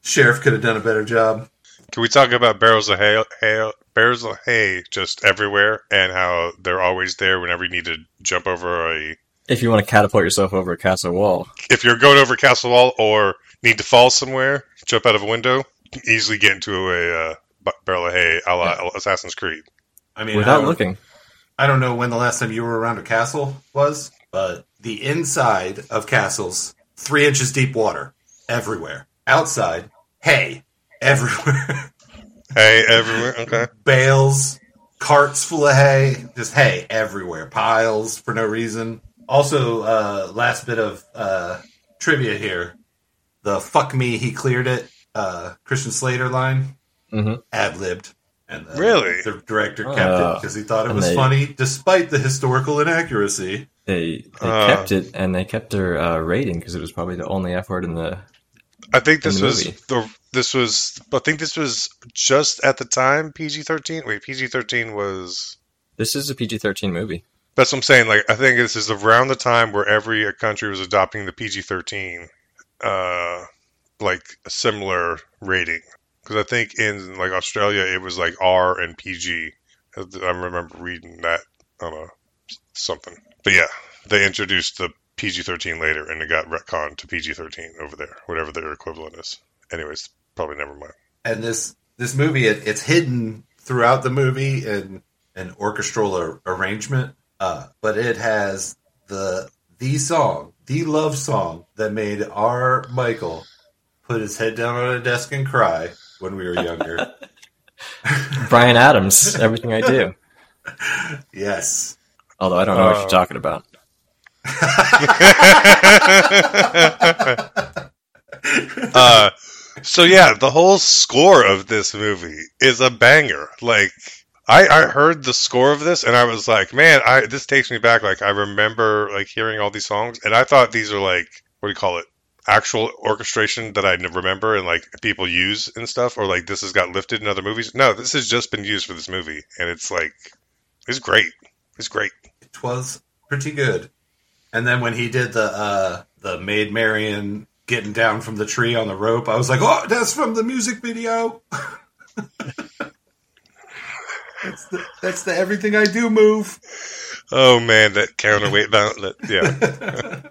sheriff could have done a better job. can we talk about barrels of hay? hay barrels of hay just everywhere, and how they're always there whenever you need to jump over a. if you want to catapult yourself over a castle wall, If you're going over castle wall or need to fall somewhere, jump out of a window, easily get into a uh, bu- barrel of hay, a la Assassin's Creed. I mean, I without don't- looking. I don't know when the last time you were around a castle was, but the inside of castles, three inches deep water everywhere. Outside, hay everywhere. Hey, everywhere. Okay. Bales, carts full of hay, just hay everywhere. Piles for no reason. Also, uh, last bit of uh, trivia here the fuck me, he cleared it, uh, Christian Slater line hmm ad libbed. And uh, Really? the director kept it Oh. because he thought it And was they- funny, despite the historical inaccuracy. They they Uh. kept it and they kept their uh, rating because it was probably the only F word in the. I think this In the was movie. the this was I think this was just at the time PG thirteen. Wait, PG thirteen was This is a PG thirteen movie. that's what I'm saying. Like I think this is around the time where every country was adopting the PG thirteen, uh, like a similar rating. Because I think in like Australia it was like R and PG. I remember reading that on a something. But yeah, they introduced the PG thirteen later, and it got retconned to PG thirteen over there, whatever their equivalent is. Anyways, probably never mind. and this this movie it, it's hidden throughout the movie in an orchestral ar- arrangement uh, but it has the the song the love song that made our michael put his head down on a desk and cry when we were younger Brian Adams, everything I do. yes Although I don't know what Oh. you're talking about. uh, so yeah, the whole score of this movie is a banger. Like I, I heard the score of this and I was like, man, I this takes me back. Like I remember like hearing all these songs and I thought these are like what do you call it? Actual orchestration that I n- remember and like people use and stuff, or like this has got lifted in other movies. No, this has just been used for this movie, and it's like it's great. It's great. it was pretty good and then when he did the uh the maid marian getting down from the tree on the rope i was like oh that's from the music video that's the that's the everything i do move Oh man, that counterweight balance. That, yeah.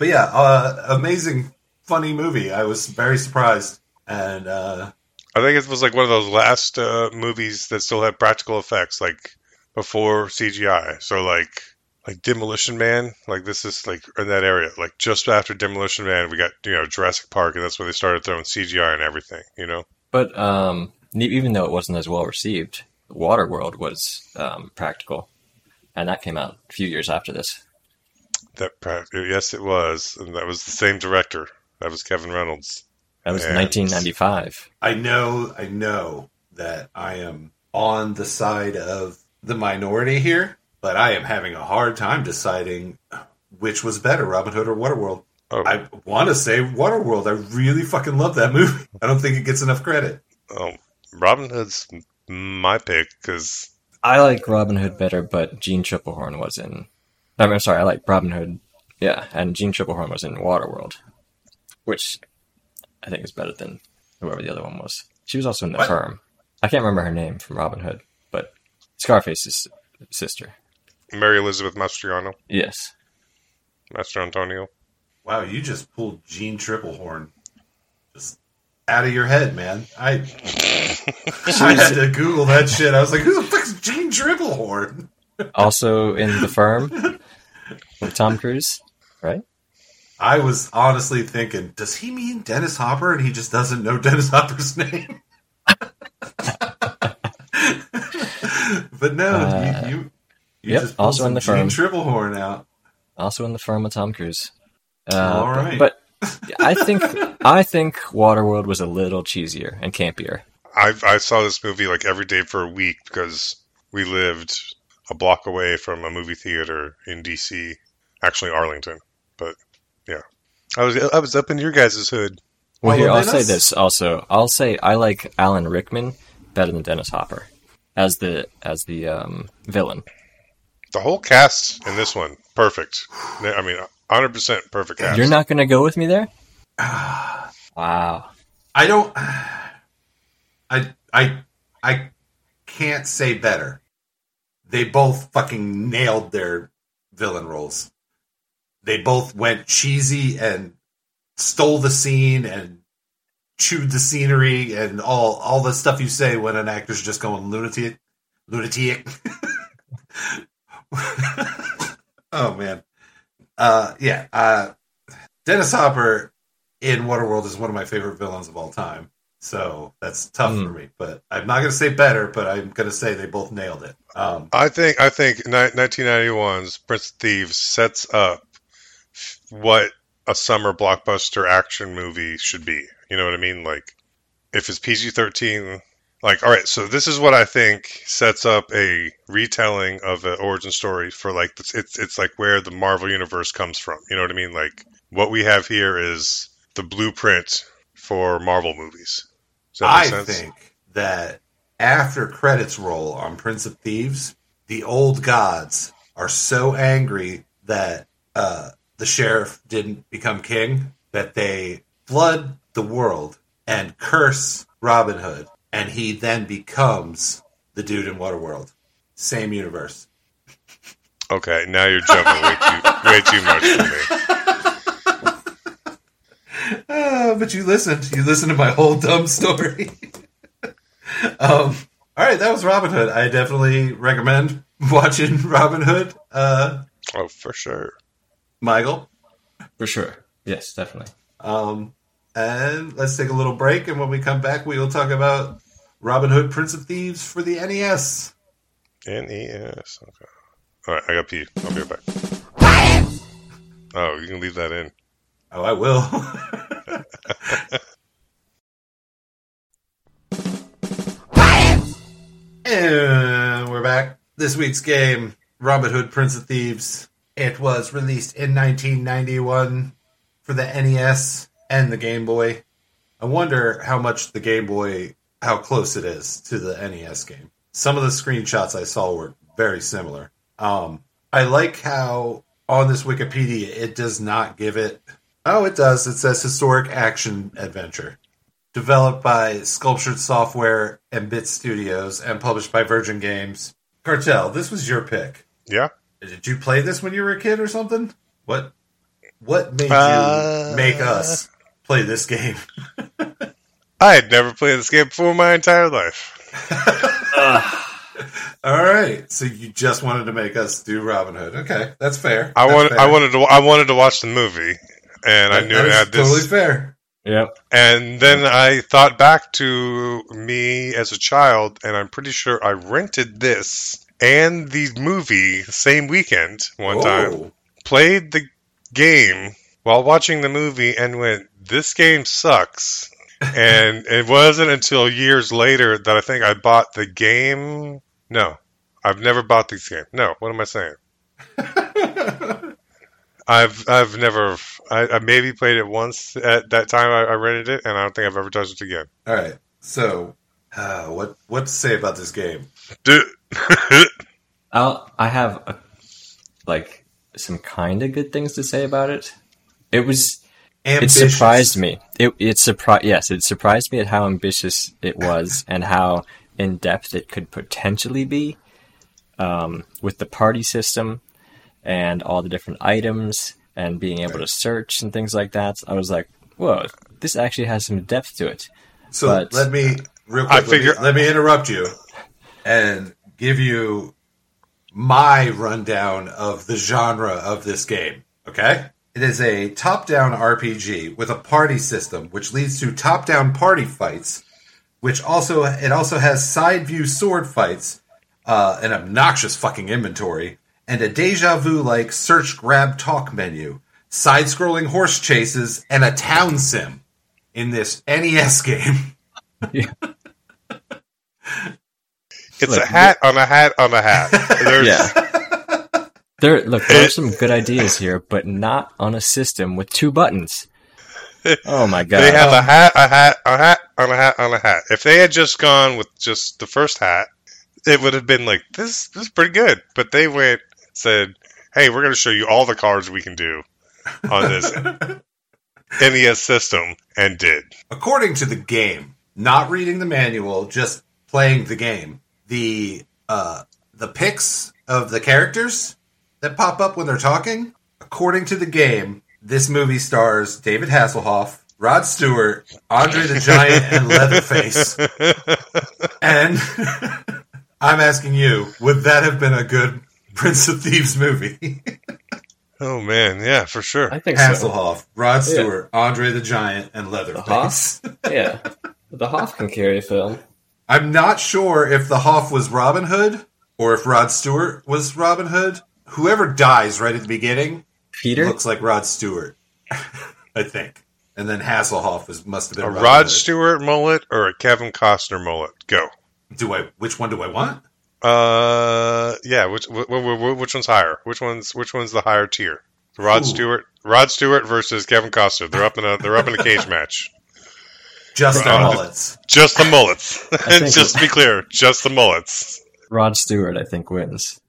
But yeah, uh, amazing, funny movie. I was very surprised, and uh, I think it was like one of those last uh, movies that still had practical effects, like before CGI. So like like Demolition Man, like this is like in that area. Like just after Demolition Man, we got you know Jurassic Park, and that's when they started throwing CGI and everything. You know, But um, ne- even though it wasn't as well received, Waterworld was um, practical, and that came out a few years after this. that pra- yes, it was, and that was the same director. That was Kevin Reynolds. That was And- 1995. I know, I know that I am on the side of the minority here, but I am having a hard time deciding which was better, Robin Hood or Waterworld. Oh, I want to say Waterworld. I really fucking love that movie. I don't think it gets enough credit. um, Robin Hood's my pick because I like Robin Hood better, but Gene Triplehorn was in. I mean, I'm sorry, I like Robin Hood. Yeah, and Gene Triplehorn was in Waterworld, which I think is better than whoever the other one was. She was also in The What? Firm. I can't remember her name from Robin Hood, but Scarface's sister. Mary Elizabeth Mastriano, Yes. Master Antonio. Wow, you just pulled Gene Triplehorn just out of your head, man. I I had to Google that shit. I was like, who the fuck's Gene Triplehorn? Also in The Firm with Tom Cruise, right? I was honestly thinking, does he mean Dennis Hopper and he just doesn't know Dennis Hopper's name? but no, Uh, you, you, you yep, pulled also in some the firm. Gene Triplehorn out. Also in the firm with Tom Cruise. Uh, All but- right. But, I think I think Waterworld was a little cheesier and campier. I I saw this movie like every day for a week because we lived a block away from a movie theater in D.C. Actually, Arlington, but yeah, I was I was up in your guys' hood. Well, All here of I'll Venice? say this also. I'll say I like Alan Rickman better than Dennis Hopper as the as the um, villain. The whole cast in this one perfect. I mean, hundred percent perfect cast. You're not going to go with me there? wow. I don't. I I I can't say better. They both fucking nailed their villain roles. They both went cheesy and stole the scene and chewed the scenery and all all the stuff you say when an actor's just going lunatic, lunatic. oh man, uh, yeah. Uh, Dennis Hopper in Waterworld is one of my favorite villains of all time. So that's tough Hmm. for me, but I'm not going to say better, but I'm going to say they both nailed it. Um, I think I think ni- 1991's Prince of Thieves sets up what a summer blockbuster action movie should be. You know what I mean? Like if it's PG-13, like all right, so this is what I think sets up a retelling of an origin story for like it's it's, it's like where the Marvel universe comes from. You know what I mean? Like what we have here is the blueprint for Marvel movies. Does that I make sense? think that after credits roll on Prince of Thieves, the old gods are so angry that uh, the sheriff didn't become king that they flood the world and curse Robin Hood, and he then becomes the dude in Waterworld. Same universe. Okay, now you're jumping way too way too much for me. Uh, but you listened. You listened to my whole dumb story. um, all right, that was Robin Hood. I definitely recommend watching Robin Hood. Uh, Oh, for sure. Michael. For sure. Yes, definitely. Um, and let's take a little break, and when we come back, we will talk about Robin Hood, Prince of Thieves for the E NES. NES. E Okay. All right, I got pee. I'll be right back. Oh, you can leave that in. Oh, I will. and we're back. This week's game, Robin Hood, Prince of Thieves. It was released in 1991 for the NES and the Game Boy. I wonder how much the Game Boy, how close it is to the NES game. Some of the screenshots I saw were very similar. Um, I like how on this Wikipedia it does not give it. Oh, it does. It says historic action adventure, developed by Sculptured Software and Bit Studios, and published by Virgin Games. Cartel, this was your pick. Yeah. Did you play this when you were a kid or something? What? What made Uh, you make us play this game? I had never played this game before in my entire life. All right, so you just wanted to make us do Robin Hood. Okay, that's fair. I That's wanted, fair. I wanted to, I wanted to watch the movie, and I That- knew that it is had this. Totally fair. Yep. And then I thought back to me as a child, and I'm pretty sure I rented this and the movie same weekend one time. Whoa. Played the game while watching the movie and went, This game sucks. and it wasn't until years later that I think I bought the game. No, I've never bought this game. No, what am I saying? I've I've never I, I maybe played it once at that time I, I rented it and I don't think I've ever touched it again. All right, so uh, what what to say about this game? Dude. I'll, I have a, like some kind of good things to say about it. It was Ambitious. It surprised me. It it surprised yes, it surprised me at how ambitious it was and how in depth it could potentially be um, with the party system and all the different items and being able to search and things like that. I was like, whoa, this actually has some depth to it. So but- let me real quick. I let me- figure- let, me, interrupt you and give you my rundown of the genre of this game. Okay, it is a top-down RPG with a party system, which leads to top-down party fights. Which also it also has side view sword fights, uh, an obnoxious fucking inventory, and a deja vu like search grab talk menu, side scrolling horse chases, and a town sim in this NES game. It's a Look, hat on a hat on a hat. There's Yeah. There, look, there are some good ideas here, but not on a system with two buttons. Oh my god! They have a hat, a hat, a hat, on a hat, on a hat. If they had just gone with just the first hat, it would have been like this. This is pretty good. But they went said, "Hey, we're going to show you all the cards we can do on this NES system," and did. According to the game, not reading the manual, just playing the game, the uh, the pics of the characters that pop up when they're talking. According to the game, this movie stars David Hasselhoff, Rod Stewart, Andre the Giant, and Leatherface. And I'm asking you, would that have been a good Prince of Thieves movie? Oh man, yeah, for sure. I think so. Hasselhoff, Rod Stewart, Andre the Giant, and Uh-huh. Leatherface. Yeah, the Hoff can carry a film. I'm not sure if the Hoff was Robin Hood or if Rod Stewart was Robin Hood. Whoever dies right at the beginning Peter, looks like Rod Stewart, I think. And then Hasselhoff is, must have been a Robin Rod Hood. Stewart mullet or a Kevin Costner mullet? Go. Do I? Which one do I want? Uh, yeah. Which wh- wh- wh- which one's higher? Which one's which one's the higher tier? Rod Ooh. Stewart. Rod Stewart versus Kevin Costner. They're up in a they're up in a cage match. Just our Rod. mullets. Just the mullets. think- just to be clear, just the mullets. Rod Stewart, I think wins.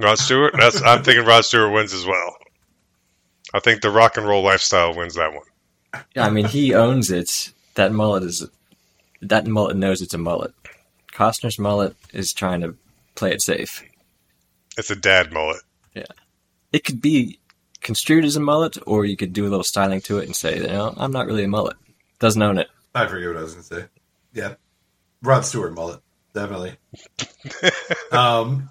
Rod Stewart. That's I'm thinking Rod Stewart wins as well. I think the rock and roll lifestyle wins that one. Yeah, I mean he owns it. That mullet is that mullet knows it's a mullet. Costner's mullet is trying to play it safe. It's a dad mullet. It could be construed as a mullet, or you could do a little styling to it and say, you know, I'm not really a mullet. Doesn't own it. I forget what I was going to say. Yeah, Rod Stewart mullet, definitely. um,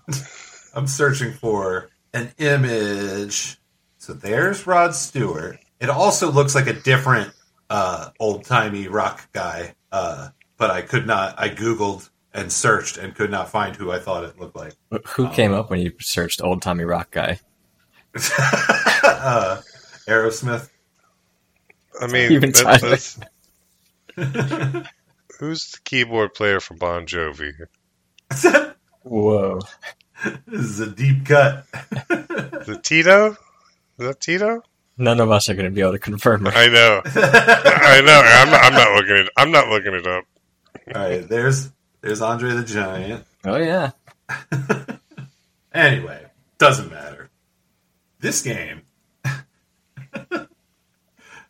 I'm searching for an image. So there's Rod Stewart. It also looks like a different uh, old timey rock guy, uh, but I could not. I googled and searched and could not find who I thought it looked like. Who came up when you searched old timey rock guy? uh, Aerosmith. I mean, Even that- Tyler. that's- who's the keyboard player for Bon Jovi? Whoa. This is a deep cut. Is it Tito? Is that Tito? None of us are going to be able to confirm it. I know. I know. I'm not, I'm not looking it. I'm not looking it up. All right, there's there's Andre the Giant. Oh yeah, Anyway, doesn't matter. This game.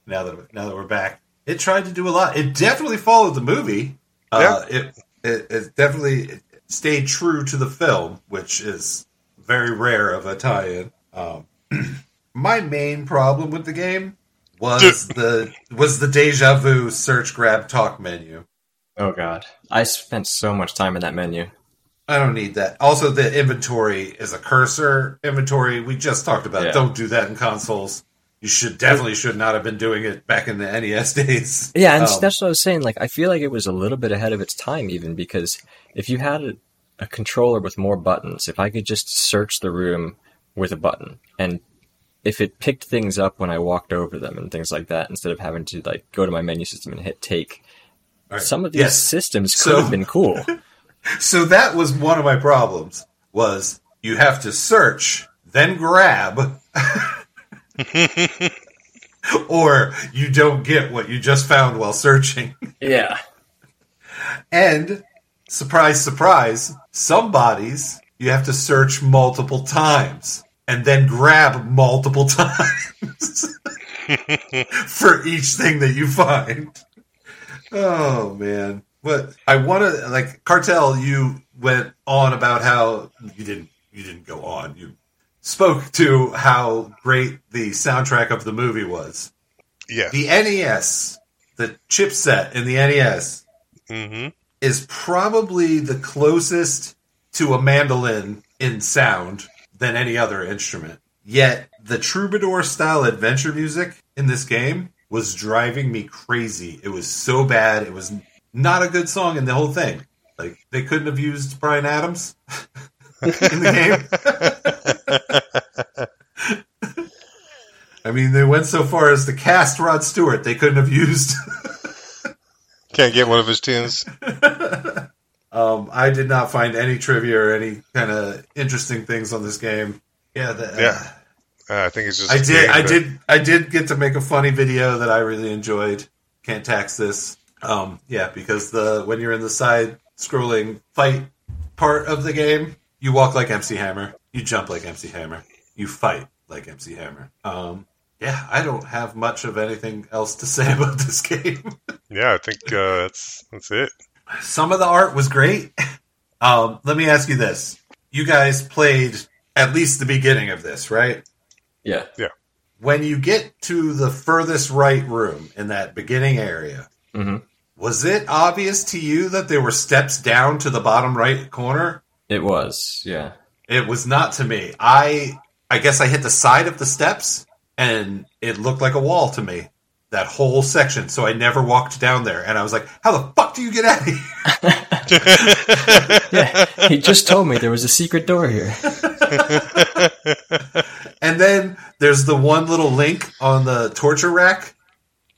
now that now that we're back, it tried to do a lot. It definitely followed the movie. Uh, it, it it definitely stayed true to the film, which is very rare of a tie-in. Um, my main problem with the game was the was the deja vu search grab talk menu. Oh god, I spent so much time in that menu. I don't need that. Also, the inventory is a cursor inventory. We just talked about. Yeah. Don't do that in consoles. You should definitely should not have been doing it back in the NES days. Yeah, and Um, that's what I was saying. Like, I feel like it was a little bit ahead of its time, even because if you had a, a controller with more buttons, if I could just search the room with a button, and if it picked things up when I walked over them and things like that, instead of having to like go to my menu system and hit take, All right. some of these Yes. systems could So- have been cool. so that was one of my problems was you have to search then grab or you don't get what you just found while searching yeah, and surprise surprise some bodies you have to search multiple times and then grab multiple times for each thing that you find Oh man. But I wanna like cartel you went on about how you didn't you didn't go on. You spoke to how great the soundtrack of the movie was. Yes. The NES, the chipset in the E NES hmm is probably the closest to a mandolin in sound than any other instrument. Yet the troubadour style adventure music in this game was driving me crazy. It was so bad. It was not a good song in the whole thing. Like they couldn't have used Brian Adams in the game. I mean, they went so far as to cast Rod Stewart. They couldn't have used Can't get one of his tunes. Um, I did not find any trivia or any kind of interesting things on this game. Yeah, the, uh, Yeah. Uh, I think it's just. I a did. game I that- did. I did get to make a funny video that I really enjoyed. Can't tax this. Um, yeah, because the when you're in the side scrolling fight part of the game, you walk like MC Hammer, you jump like MC Hammer, you fight like MC Hammer. Um, yeah, I don't have much of anything else to say about this game. Yeah, I think uh, that's that's it. Some of the art was great. Um, let me ask you this: You guys played at least the beginning of this, right? yeah. When you get to the furthest right room in that beginning area, hmm was it obvious to you that there were steps down to the bottom right corner? It was. Yeah. It was not to me. I I guess I hit the side of the steps and it looked like a wall to me. That whole section. So I never walked down there and I was like, How the fuck do you get out of here? Yeah. he just told me there was a secret door here. And then there's the one little link on the torture rack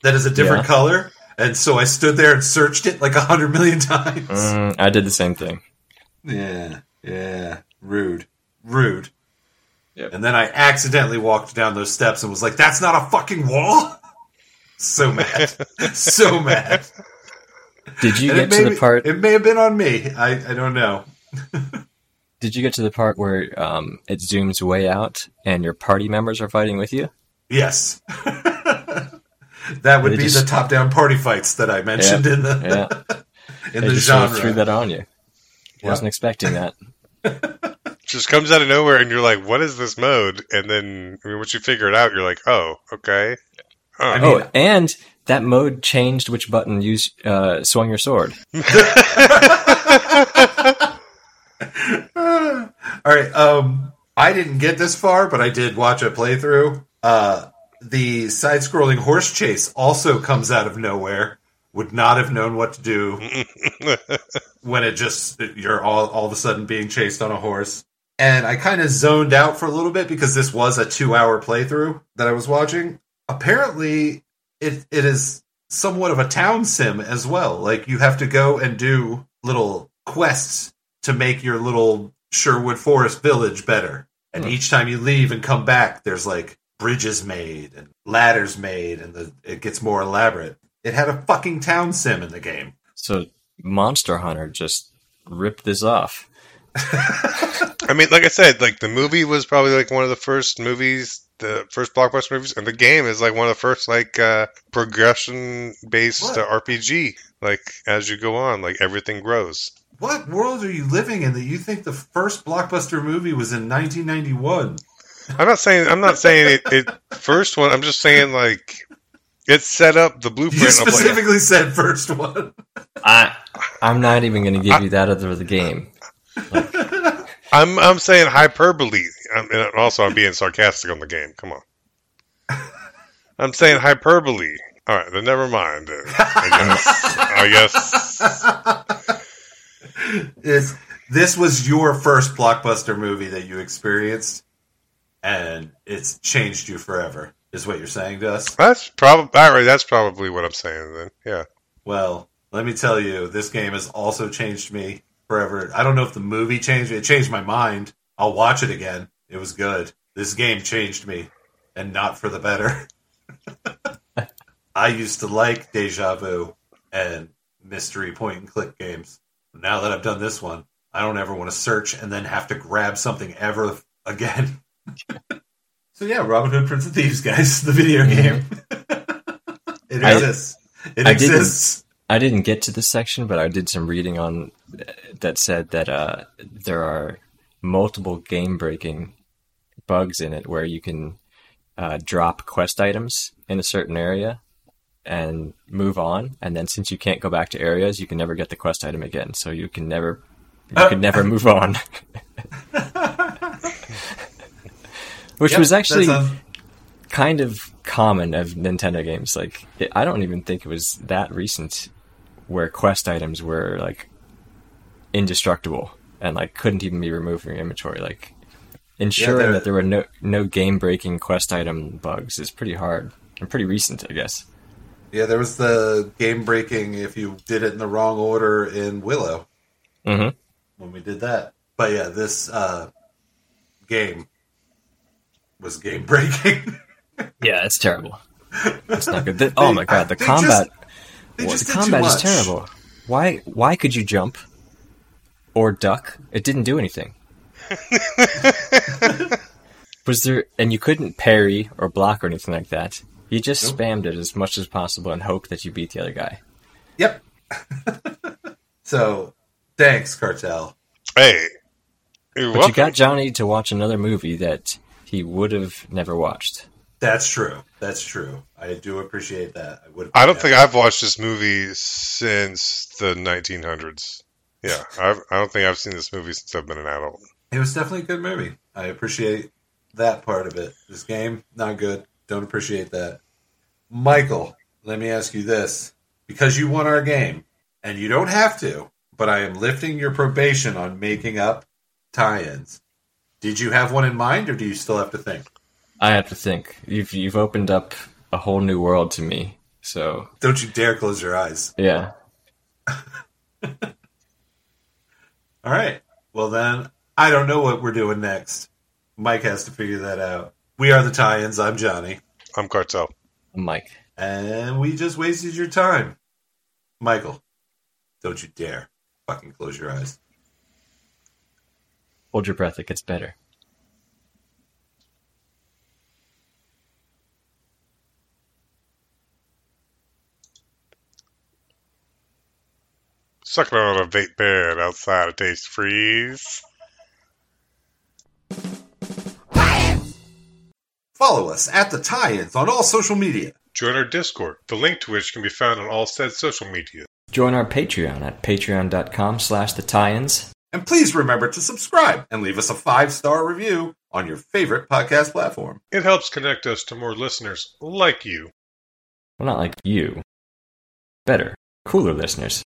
that is a different Yeah. color. And so I stood there and searched it like a hundred million times. Mm, I did the same thing. Yeah, yeah. Rude. Rude. Yep. And then I accidentally walked down those steps and was like, that's not a fucking wall. So mad. so mad. Did you And get it may to the be- part? It may have been on me. I, I don't know. Did you get to the part where um, it zooms way out and your party members are fighting with you? Yes. that would They be just- the top down party fights that I mentioned in the Yeah, in they the just genre. sort of threw that on you. Yeah. Wasn't expecting that. Just comes out of nowhere, and you're like, "What is this mode?" And then I mean, once you figure it out, you're like, "Oh, okay." Oh. I mean- Oh, and that mode changed which button you s- uh, swung your sword. All right. Um, I didn't get this far, but I did watch a playthrough. Uh, the side-scrolling horse chase also comes out of nowhere. Would not have known what to do when it just you're all all of a sudden being chased on a horse. And I kind of zoned out for a little bit because this was a two-hour playthrough that I was watching. Apparently, it it is somewhat of a town sim as well. Like you have to go and do little quests to make your little Sherwood Forest village better. And Hmm. each time you leave and come back, there's like bridges made and ladders made, and the, it gets more elaborate. It had a fucking town sim in the game. So Monster Hunter just ripped this off. I mean, like I said, like the movie was probably like one of the first movies, the first blockbuster movies, and the game is like one of the first like uh, progression based What? uh, RPG. Like as you go on, like everything grows. What world are you living in that you think the first blockbuster movie was in 1991? I'm not saying I'm not saying it, it first one. I'm just saying like it set up the You blueprint of like specifically said first one. I I'm not even going to give you that other the game. I'm I'm saying hyperbole. I'm, and also, I'm being sarcastic on the game. Come on. I'm saying hyperbole. All right, then never mind. uh, I guess. I guess. Is this was your first blockbuster movie that you experienced, and it's changed you forever? Is what you're saying to us? That's probably all right. That's probably what I'm saying. Then, yeah. Well, let me tell you, this game has also changed me forever. I don't know if the movie changed me. It changed my mind. I'll watch it again. It was good. This game changed me, and not for the better. I used to like Deja Vu and mystery point and click games. Now that I've done this one, I don't ever want to search and then have to grab something ever again. so yeah, Robin Hood Prince of Thieves, guys, the video game. it I- exists. it I didn't- exists. I didn't get to this section, but I did some reading on that said that uh, there are multiple game breaking bugs in it where you can uh, drop quest items in a certain area and move on, and then since you can't go back to areas, you can never get the quest item again. So you can never you can never move on. Which Yep, was actually that sounds- kind of common of Nintendo games. Like, it, I don't even think it was that recent where quest items were like indestructible and like couldn't even be removed from your inventory. Like, ensuring they're- that there were no no game breaking quest item bugs is pretty hard and pretty recent, I guess. yeah, there was the game breaking if you did it in the wrong order in Willow Mm-hmm. when we did that. But yeah, this uh, game was game breaking. Yeah, it's terrible. It's not good. The- oh my god, the they just- combat. they Well, just the did too combat is much. terrible. Why? Why could you jump or duck? It didn't do anything. Was there? And you couldn't parry or block or anything like that. You just spammed it as much as possible and hoped that you beat the other guy. Yep. so, thanks, Cartel. Hey, you're But welcome. you got Johnny to watch another movie that he would have never watched. That's true. That's true. I do appreciate that. I would. I don't think I've watched this movie since the 1900s. Yeah, I've, I don't think I've seen this movie since I've been an adult. It was definitely a good movie. I appreciate that part of it. This game, not good. Don't appreciate that. Michael, let me ask you this. Because you won our game, and you don't have to, but I am lifting your probation on making up tie ins. Did you have one in mind, or do you still have to think? I have to think. You've you've opened up a whole new world to me. So Don't you dare close your eyes. yeah, All right. Well, then, I don't know what we're doing next. Mike has to figure that out. We are the tie ins. I'm Johnny. I'm Cartel. Mike. And we just wasted your time. Michael, don't you dare fucking close your eyes. Hold your breath. It gets better. Sucking on a vape bear outside a taste freeze. Follow us at the tie ins on all social media. Join our Discord, the link to which can be found on all said social media. Join our Patreon at patreon.com slash the tie-ins. And please remember to subscribe and leave us a five star review on your favorite podcast platform. It helps connect us to more listeners like you. Well, not like you. Better, cooler listeners.